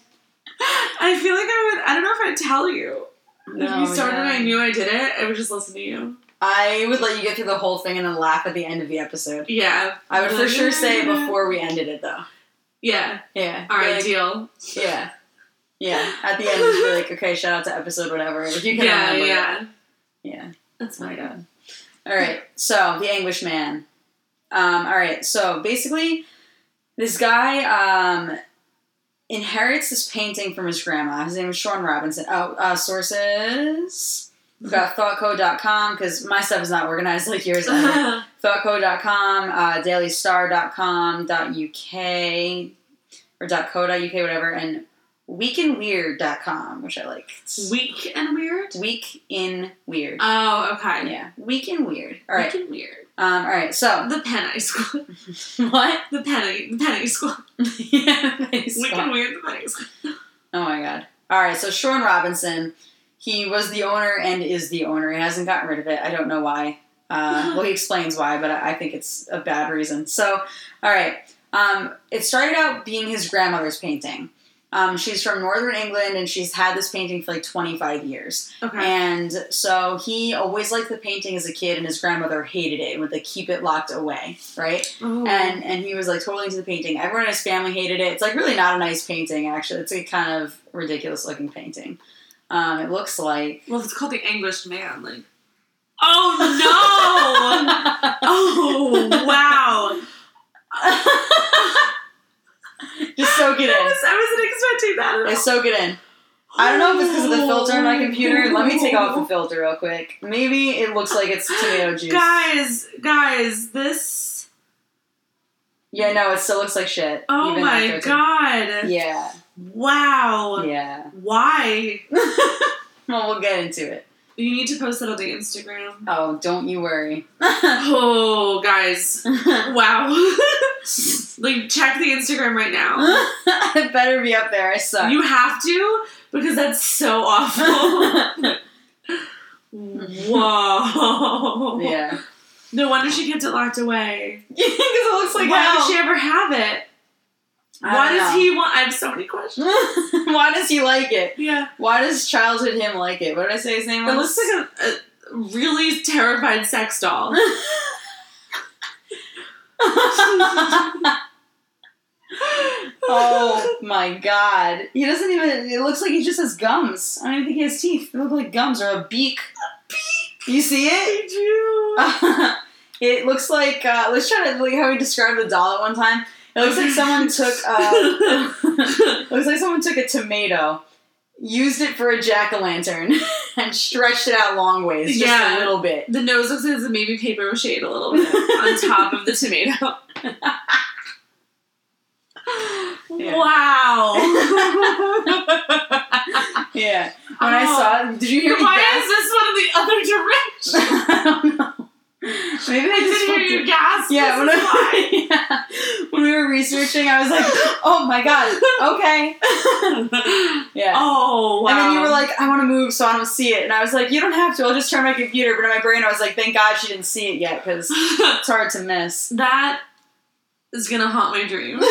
I feel like I would. I don't know if I'd tell you. if you started, and yeah. I knew I did it. I would just listen to you. I would let you get through the whole thing and then laugh at the end of the episode. Yeah. I would for sure say it before we ended it, though. Yeah. Yeah. All right. Like, deal. yeah. Yeah. At the end, you'd be like, okay, shout out to episode whatever. If you can Yeah. remember. it. Yeah. Yeah. That's Oh my my god. All right. So the anguish man. Um, all right. So basically, this guy um, inherits this painting from his grandma. His name is Sean Robinson. Oh, uh, sources. We've got thoughtco.com because my stuff is not organized like yours. Either. god. thoughtco.com, uh, dailystar.com.uk or .co.uk, whatever, and weekandweird.com, which I like. It's Weak and weird. Week in Weird. Oh, okay. Yeah, weak and weird. All right, Weak and weird. um, all right. So The penny squad. what? The penny. The penny squad. yeah, nice Weak one. and weird. The penny squad. oh my god. All right, so Sean Robinson, he was the owner and is the owner. He hasn't gotten rid of it. I don't know why. Uh, well, he explains why, but I I think it's a bad reason. So, all right. Um, it started out being his grandmother's painting. Um, she's from Northern England and she's had this painting for like 25 years. Okay. And so he always liked the painting as a kid, and his grandmother hated it and would like keep it locked away, right? Ooh. And and he was like totally into the painting. Everyone in his family hated it. It's like really not a nice painting, actually. It's a kind of ridiculous looking painting. Um, it looks like well, if it's called the anguished man. Like. Oh no. Oh wow! just soak it I in. was I wasn't expecting that. I At Oh. all. soak it in. I don't know if it's because of the filter on my computer. Let me take off the filter real quick. Maybe it looks like it's tomato juice. Guys, guys, this. Yeah, no, it still looks like shit. Oh even after my it's- god! Yeah, Wow! yeah. Why? Well, we'll get into it. You need to post that on the Instagram. Oh, don't you worry. Oh, guys! Wow! like, check the Instagram right now. it better be up there. I suck. You have to because that's so awful. Whoa! yeah. No wonder she kept it locked away. Because it looks Like, like why would hell. she ever have it? I Why don't does know. he want? I have so many questions. Why does he like it? Yeah, Why does childhood him like it? What did I say his name it was? looks like a, a really terrified sex doll. oh my god. He doesn't even it looks like he just has gums. I don't even think he has teeth. They look like gums or a beak. A beak. You see it? I do. it looks like uh, let's try to like how we described the doll at one time. It looks like someone took uh, looks like someone took a tomato, used it for a jack o' lantern, and stretched it out long ways, just Yeah. a little bit. The nose looks like it's maybe paper mache a little bit on top of the tomato. Yeah. Wow. Yeah. When I Oh. saw it, did you hear me Why gasp? is this one in the other direction? I don't know. Maybe I I didn't just hear fucked it. you gasp. Yeah, when This is why. I, yeah. when we were researching, I was like, "Oh my god, okay." Yeah. oh wow. And then you were like, "I want to move, so I don't see it." And I was like, "You don't have to. I'll just turn my computer." But in my brain, I was like, "Thank God she didn't see it yet, because it's hard to miss." that is gonna haunt my dreams.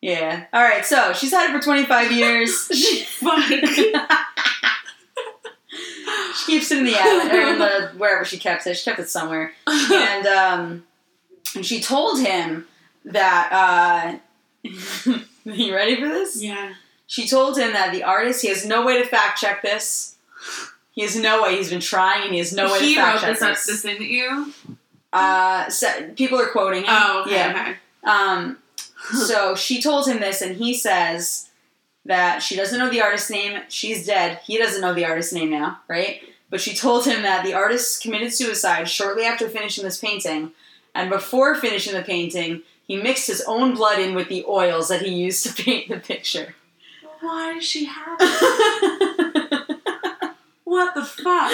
yeah. All right. So she's had it for 25 years. she Fuck. keeps it in the attic or in the wherever she kept it. She kept it somewhere. and um, and she told him that. Uh, you ready for this? yeah. She told him that the artist he has no way to fact check this. He has no way. He's been trying. and He has no way he to fact wrote check this, up- this. this thing that you. Uh, so, people are quoting him. Oh, okay, yeah. okay. Um, so she told him this, and he says that she doesn't know the artist's name. She's dead. He doesn't know the artist's name now, right? But she told him that the artist committed suicide shortly after finishing this painting, and before finishing the painting, he mixed his own blood in with the oils that he used to paint the picture. Why does she have it? What the fuck?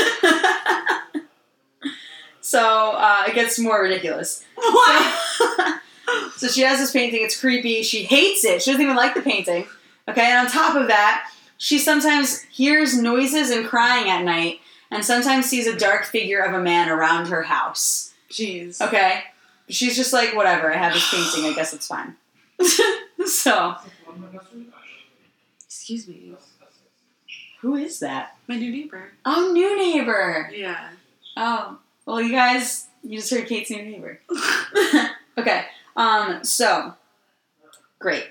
so uh, it gets more ridiculous. What? so she has this painting. It's creepy. She hates it. She doesn't even like the painting. Okay, and on top of that, she sometimes hears noises and crying at night, and sometimes sees a dark figure of a man around her house. Jeez. Okay, she's just like, whatever. I have this painting. I guess it's fine. so Excuse me. who is that? My new neighbor. Oh, new neighbor. Yeah. Oh, well, you guys, you just heard Kate's new neighbor. okay, um, so great.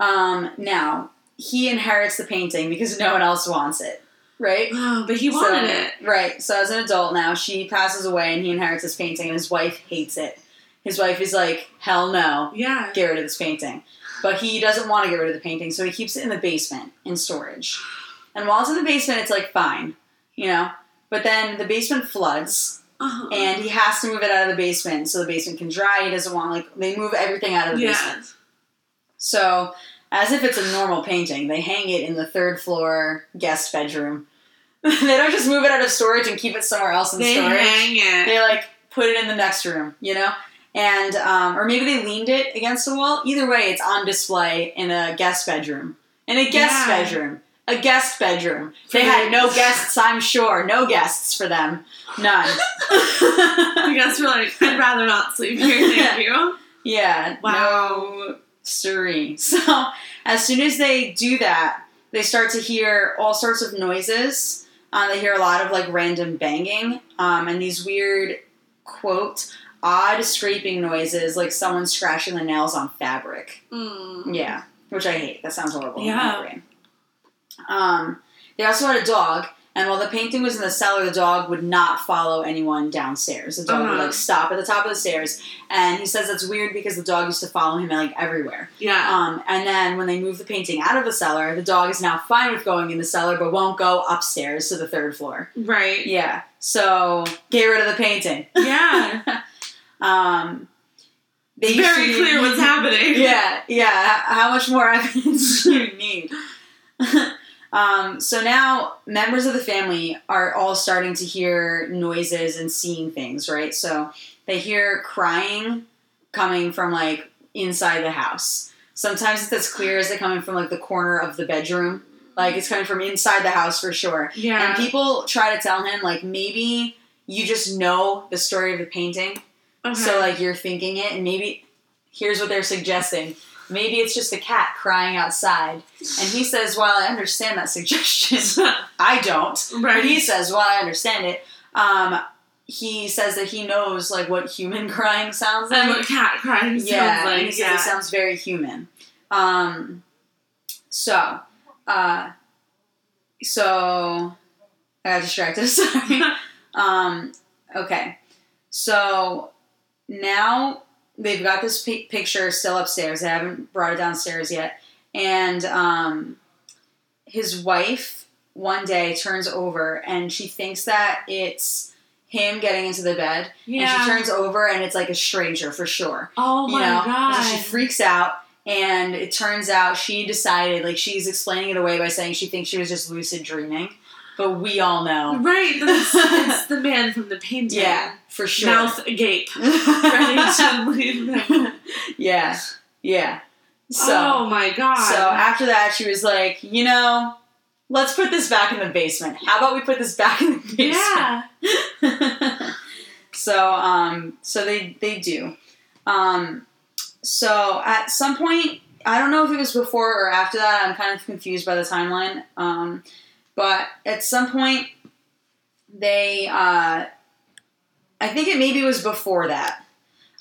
Um, now he inherits the painting because no one else wants it, right? Oh, but he wanted it. so, right? So as an adult now, she passes away and he inherits this painting, and his wife hates it. His wife is like, "Hell no, Yeah. get rid of this painting," but he doesn't want to get rid of the painting, so he keeps it in the basement in storage. And while it's in the basement, it's like fine, you know. But then the basement floods Uh-huh. and he has to move it out of the basement so the basement can dry. He doesn't want like they move everything out of the basement. yeah. So as if it's a normal painting, they hang it in the third floor guest bedroom. they don't just move it out of storage and keep it somewhere else in They storage. hang it. They like put it in the next room, you know. And um, or maybe they leaned it against the wall. Either way, it's on display in a guest bedroom. In a Yeah. guest bedroom. A guest bedroom. They had no guests, I'm sure. No guests for them. None. I guess we're like, I'd rather not sleep here, thank you. Yeah. No Wow. serene. So as soon as they do that, they start to hear all sorts of noises. Uh, they hear a lot of like random banging um, and these weird quote odd scraping noises like someone scratching the nails on fabric. Mm. Yeah, which I hate. That sounds horrible. in my Yeah. brain. Um, they also had a dog, and while the painting was in the cellar, the dog would not follow anyone downstairs. The dog would Uh-huh. like stop at the top of the stairs, and he says that's weird because the dog used to follow him like everywhere. Yeah. Um, and then when they moved the painting out of the cellar, the dog is now fine with going in the cellar, but won't go upstairs to the third floor. Um, right. Yeah, so get rid of the painting. Yeah. Um, they It's used to very be- clear what's happening. yeah, yeah. How how much more evidence do you need? um, so now members of the family are all starting to hear noises and seeing things, right? So they hear crying coming from like inside the house. Sometimes it's as clear as it coming from like the corner of the bedroom. Like it's coming from inside the house for sure. Yeah. And people try to tell him like maybe you just know the story of the painting okay. so like you're thinking it, and maybe here's what they're suggesting: Maybe it's just a cat crying outside. And he says, while I understand that suggestion, I don't. But he Right. says, well, I understand it. Um, he says that he knows like what human crying sounds like. And what cat crying yeah, sounds and he like. says Yeah. it sounds very human. Um, so, uh, so I got distracted. Sorry. um, okay, so now they've got this pi picture still upstairs. They haven't brought it downstairs yet, and um, his wife one day turns over and she thinks that it's him getting into the bed and she yeah. turns over and it's like a stranger for sure. Oh you my know? god. So she freaks out and it turns out she decided like she's explaining it away by saying she thinks she was just lucid dreaming. But we all know. Right, that's, that's the man from the painting. Yeah, for sure. Mouth agape, ready to leave them. yeah. Yeah. So oh my god. so after that she was like, you know, let's put this back in the basement. How about we put this back in the basement? yeah. so um so they they do um so at some point i don't know if it was before or after that i'm kind of confused by the timeline um but at some point they uh i think it maybe was before that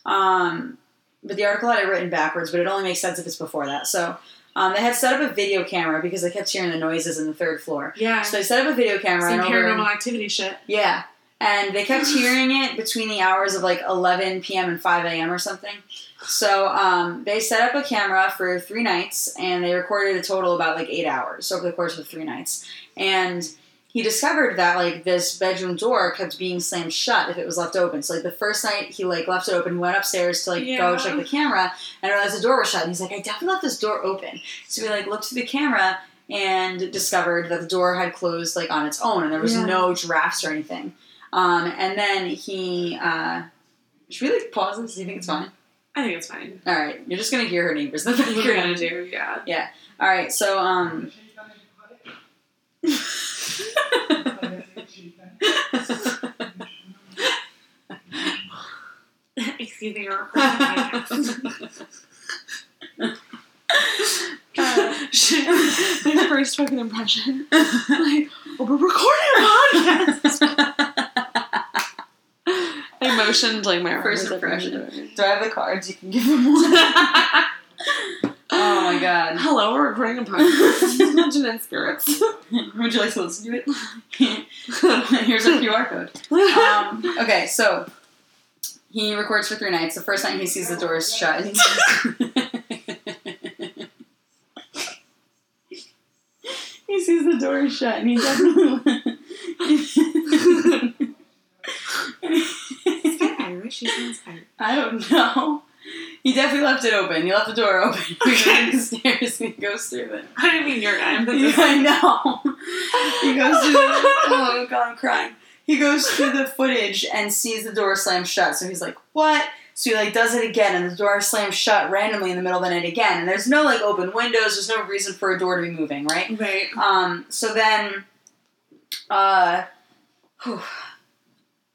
um but the article had it written backwards but it only makes sense if it's before that so um, they had set up a video camera because they kept hearing the noises in the third floor Yeah. so they set up a video camera Some and over- paranormal activity shit. yeah. And they kept hearing it between the hours of like 11 p.m. and 5 a.m. or something. So um, they set up a camera for three nights and they recorded a total about like eight hours over the course of three nights. And he discovered that like this bedroom door kept being slammed shut if it was left open. So like the first night he like left it open, went upstairs to like go Yeah. check the camera and realized the door was shut. And he's like, I definitely left this door open. So he like looked through the camera and discovered that the door had closed like on its own and there was Yeah. no drafts or anything. Um, and then he uh, should we like pause this? Do you think it's fine? I think it's fine. All right, you're just gonna hear her neighbors in the That's what we're background. gonna do. Yeah. All right, so um, Excuse me, you're recording a podcast. Shit. My first fucking impression. Like, oh, we're recording a podcast. I motioned like my First arms up impression. and down. do I have the cards? You can give them one. oh my god. Hello, we're recording a podcast. Imagine in spirits. Would you like to listen to it? Here's our QR code. Um, okay, so he records for three nights. The first night he sees the doors shut. he sees the doors shut, and he definitely. Is that Irish? She sounds Irish. I don't know. He definitely left it open. He left the door open. He Okay. goes downstairs and he goes through it. I didn't mean your guy, but Yeah, this I know. He goes through. The, oh god, I'm crying. He goes through the footage and sees the door slam shut. So he's like, "What?" So he like does it again, and the door slams shut randomly in the middle of the night again. And there's no like open windows. There's no reason for a door to be moving, right? Right. Um, so then, uh, whew.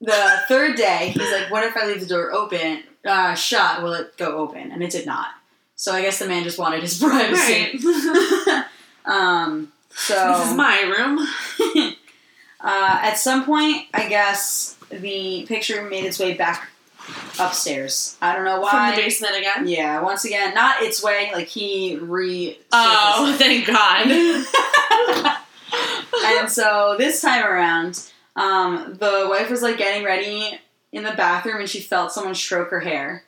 the third day, he's like, "What if I leave the door open, uh, shut? Will it go open?" And it did not. So I guess the man just wanted his privacy. Right. this um, so is my room. uh, at some point, I guess the picture made its way back upstairs. I don't know From why. the basement again. yeah, once again, not its way. Like he re. Oh, thank God. and so this time around, um, the wife was like getting ready in the bathroom and she felt someone stroke her hair,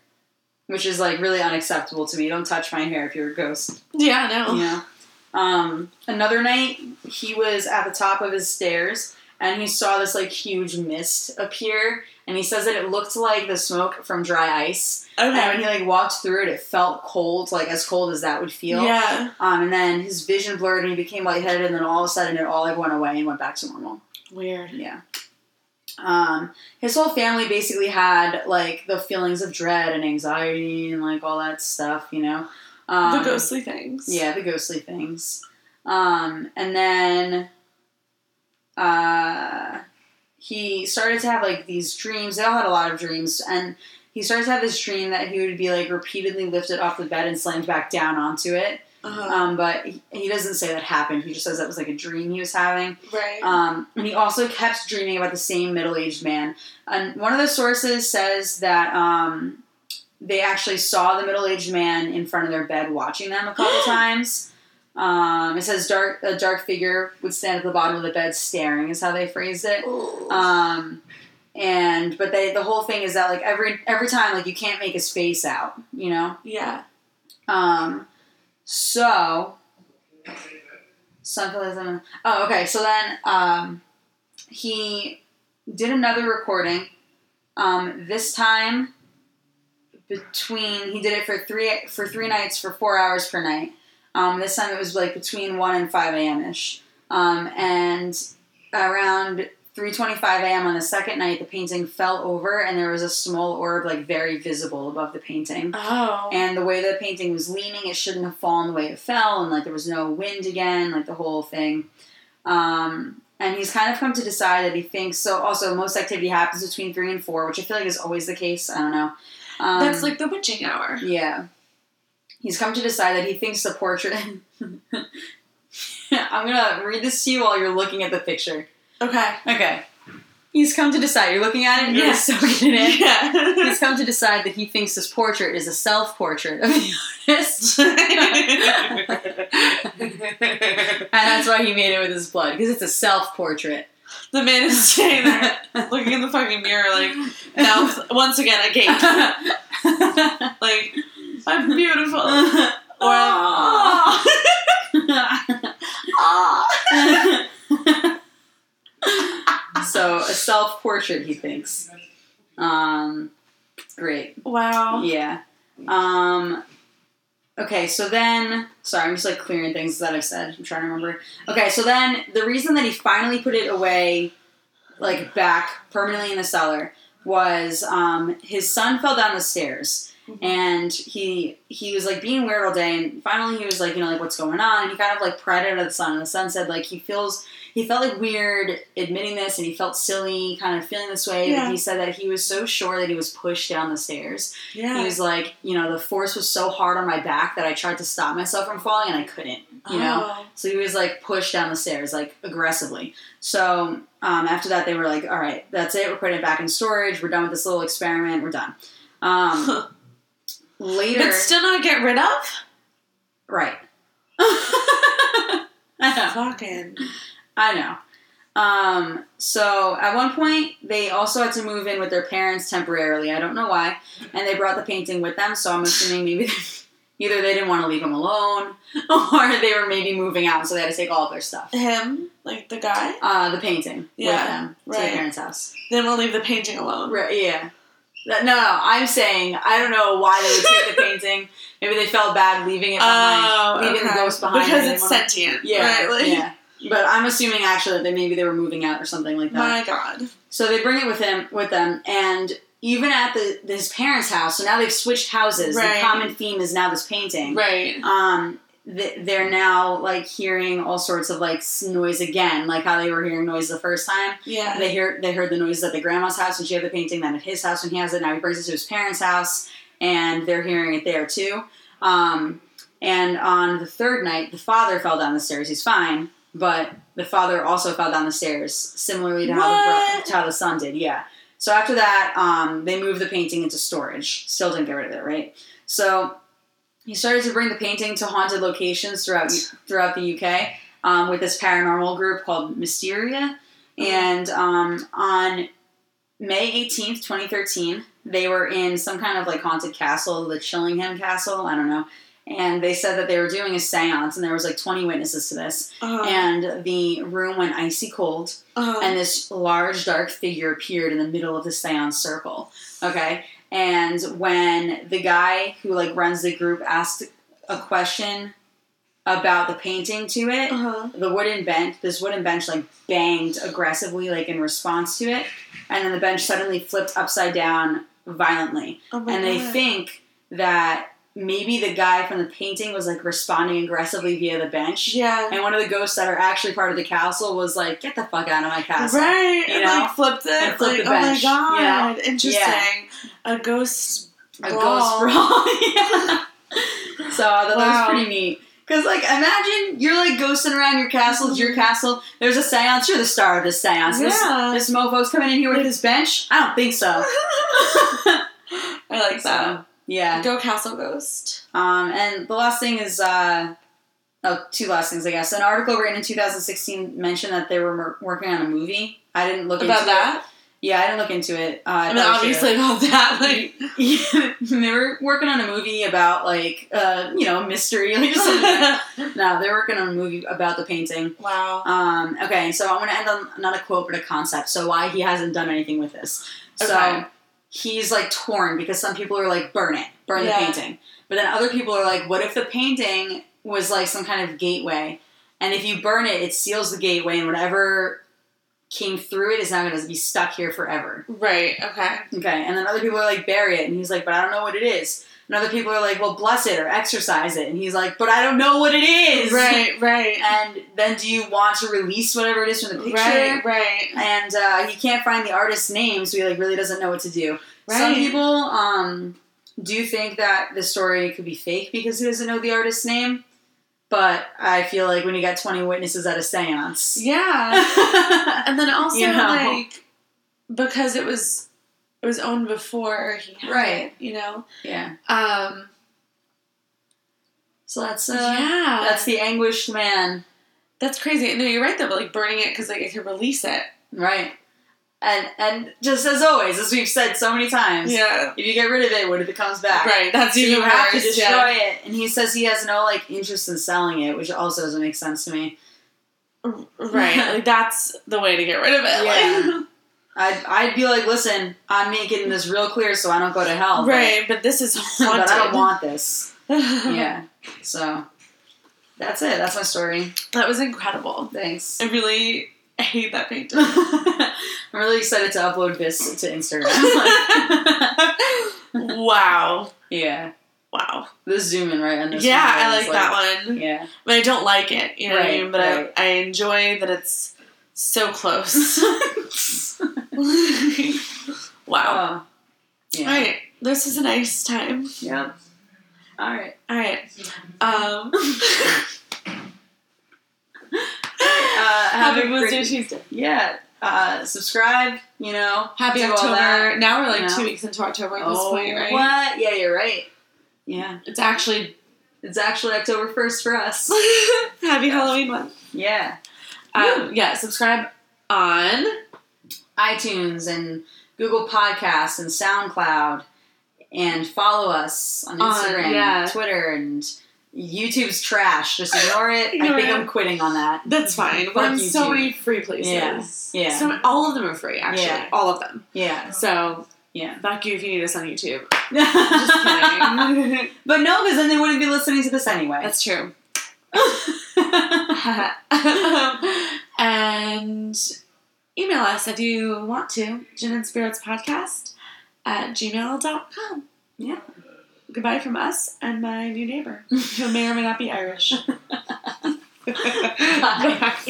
which is like really unacceptable to me. Don't touch my hair if you're a ghost. yeah, no. Yeah. Um, another night, he was at the top of his stairs and he saw this like huge mist appear. And he says that it looked like the smoke from dry ice. And when Okay. he like walked through it, it felt cold, like as cold as that would feel. Yeah. Um, and then his vision blurred and he became lightheaded. And then all of a sudden, it all like went away and went back to normal. Weird. Yeah. Um, his whole family basically had like the feelings of dread and anxiety and like all that stuff, you know. Um, the ghostly things. yeah, the ghostly things. Um, and then uh, he started to have like these dreams. They all had a lot of dreams, and he starts to have this dream that he would be like repeatedly lifted off the bed and slammed back down onto it. Uh-huh. Um, but he, he doesn't say that happened. He just says that was like a dream he was having. right. Um, and he also kept dreaming about the same middle aged man. And one of the sources says that um, they actually saw the middle aged man in front of their bed watching them a couple times. Um, it says dark a dark figure would stand at the bottom of the bed staring is how they phrased it. Um, and but they the whole thing is that like every every time like you can't make his face out, you know. yeah. Um, so something like that. Oh, okay. So then um, he did another recording. Um, this time between he did it for three for three nights for four hours per night. Um, this time it was like between one and five a.m. ish, um, and around. 3:25 a.m. on the second night, the painting fell over, and there was a small orb, like very visible, above the painting. Oh. And the way the painting was leaning, it shouldn't have fallen the way it fell, and like there was no wind again, like the whole thing. Um, and he's kind of come to decide that he thinks so. Also, most activity happens between three and four, which I feel like is always the case. I don't know. Um, That's like the witching hour. yeah. He's come to decide that he thinks the portrait. I'm gonna read this to you while you're looking at the picture. Okay. Okay. He's come to decide. You're looking at it. and You're Yeah. soaking it in. Yeah. He's come to decide that he thinks this portrait is a self portrait of the artist. and that's why he made it with his blood, because it's a self portrait. the man is sitting there looking in the fucking mirror, like mouth once again a gape, like I'm beautiful. Or I'm, Ah. so, a self portrait, he thinks. Um, great. wow. Yeah. Um, okay, so then, sorry, I'm just like clearing things that I've said. I'm trying to remember. Okay, so then the reason that he finally put it away, like back permanently in the cellar, was um, his son fell down the stairs. And he he was like being weird all day, and finally he was like, you know, like what's going on? And he kind of like pried it out of the sun. And the sun said like he feels he felt like weird admitting this, and he felt silly, kind of feeling this way. Yeah. But he said that he was so sure that he was pushed down the stairs, he Yeah. was like, you know, the force was so hard on my back that I tried to stop myself from falling and I couldn't, you Oh. know? So he was like pushed down the stairs, like aggressively. So um, after that, they were like, all right, that's it. We're putting it back in storage. We're done with this little experiment. We're done. Um, Oh. later. but still not get rid of? right. I know. Fucking. I know. Um, so at one point, they also had to move in with their parents temporarily. I don't know why, and they brought the painting with them. So I'm assuming maybe either they didn't want to leave him alone, or they were maybe moving out, so they had to take all of their stuff. Him, like the guy, Uh, the painting Yeah, with them to right. their parents' house. then we'll leave the painting alone. Right, yeah. That- No, no, I'm saying I don't know why they would take the painting. Maybe they felt bad leaving it behind, leaving the Oh, okay. ghost behind because and they it's wanna- sentient. Yeah, right? Like, yeah. But I'm assuming actually that they maybe they were moving out or something like that. My God. So they bring it with him with them, and even at the his parents' house. So now they've switched houses. Right. The common theme is now this painting. Right. Um, th- they're now like hearing all sorts of like s- noise again, like how they were hearing noise the first time. Yeah. They hear they heard the noises at the grandma's house when she had the painting, then at his house when he has it. Now he brings it to his parents' house, and they're hearing it there too. Um, and on the third night, the father fell down the stairs. He's fine, but the father also fell down the stairs, similarly to how the What? bro- to how the son did. Yeah. So after that, um, they moved the painting into storage. Still didn't get rid of it, right? So he started to bring the painting to haunted locations throughout throughout the UK um, with this paranormal group called Mysteria. And um, on May 18th, 2013, they were in some kind of like haunted castle, the Chillingham Castle, I don't know. And they said that they were doing a seance, and there was like 20 witnesses to this. Uh-huh. And the room went icy cold, Uh-huh. and this large dark figure appeared in the middle of the seance circle. Okay. And when the guy who like runs the group asked a question about the painting to it, uh-huh. the wooden bench this wooden bench like banged aggressively like in response to it and then the bench suddenly flipped upside down violently Oh my and they God. think that maybe the guy from the painting was like responding aggressively via the bench Yeah. and one of the ghosts that are actually part of the castle was like get the fuck out of my castle Right. you and know? like flipped it. And flipped like, the oh my bench, you know? God. Interesting. a ghost. a brawl. ghost brawl. yeah. So I thought that Wow. was pretty neat. Cause like imagine you're like ghosting around your castle, it's your castle. There's a seance. You're the star of this seance. Yeah. This, this mofo's coming in here with his bench. I don't think so. I like that. So, yeah. Go Castle Ghost. Um, and the last thing is, uh, oh, two last things, I guess. An article written in 2016 mentioned that they were mer- working on a movie. I didn't look About into It. that? Yeah, I didn't look into it. Uh, I mean, probably should've. obviously about that. Like, Yeah, they were working on a movie about like uh, you know mystery. Like, just something like that. no, they're working on a movie about the painting. wow. Um, okay, so I want to end on not a quote but a concept. So why he hasn't done anything with this? So Okay. he's like torn because some people are like burn it, burn Yeah. the painting, but then other people are like, what if the painting was like some kind of gateway, and if you burn it, it seals the gateway, and whatever came through it is now going to be stuck here forever. Right. Okay. Okay, and then other people are like, bury it. And he's like, but I don't know what it is. And other people are like, well, bless it or exercise it. And he's like, but I don't know what it is. Right. Right. And then do you want to release whatever it is from the picture? Right. Right. And uh, he can't find the artist's name, so he like really doesn't know what to do. Some Right. people um, do think that the story could be fake because he doesn't know the artist's name. But I feel like when you got 20 witnesses at a seance. Yeah. And then also You know. like because it was it was owned before he had Right. it, you know. yeah. Um So that's uh, yeah. that's the anguished man. that's crazy. No, you're right though, but like burning it cuz like it could release it. Right. And and just as always, as we've said so many times, Yeah. if you get rid of it, what if it comes back? Right. That's So even you worse. have to destroy yeah. it. And he says he has no like interest in selling it, which also doesn't make sense to me. Right. like that's the way to get rid of it. Yeah. I'd, I'd be like, listen, I'm making this real clear so I don't go to hell. Like, but- right, but this is But, haunted. I don't want this. Yeah. So that's it. That's my story. That was incredible. Thanks. I really hate that painting. I'm really excited to upload this to Instagram. wow. yeah. Wow. The zoom in right on this yeah, one I is, like that one. Yeah. But I don't like it, you know what I Right, mean? But right. I, I enjoy that it's so close. wow. Oh. Yeah. All right. This is a nice time. Yep. All right. All right. Um, Uh, have happy a Wednesday, great, Tuesday. yeah. Uh, subscribe. You know. Happy do all October. that. Now we're like you know. two weeks into October at this Oh, point, right? what? Yeah, you're right. Yeah, It's actually it's actually October first for us. happy Halloween month. yeah. Um, yeah, subscribe on. iTunes and Google Podcasts and SoundCloud, and follow us on On, Instagram, yeah. Twitter, and YouTube's trash. Just ignore it. I Ignore think it. I'm quitting on that. That's fine. We're Fuck in you, so too. many free places. Yeah, yeah. So all of them are free, actually. Yeah. All of them. Yeah. So Yeah. fuck you if you need us on YouTube. Just but kidding. no, because then they wouldn't be listening to this anyway. That's true. yeah. and email us if you want to, gin and spirits podcast at gmail.com. Yeah. Goodbye from us and my new neighbor, who may or may not be Irish. Bye.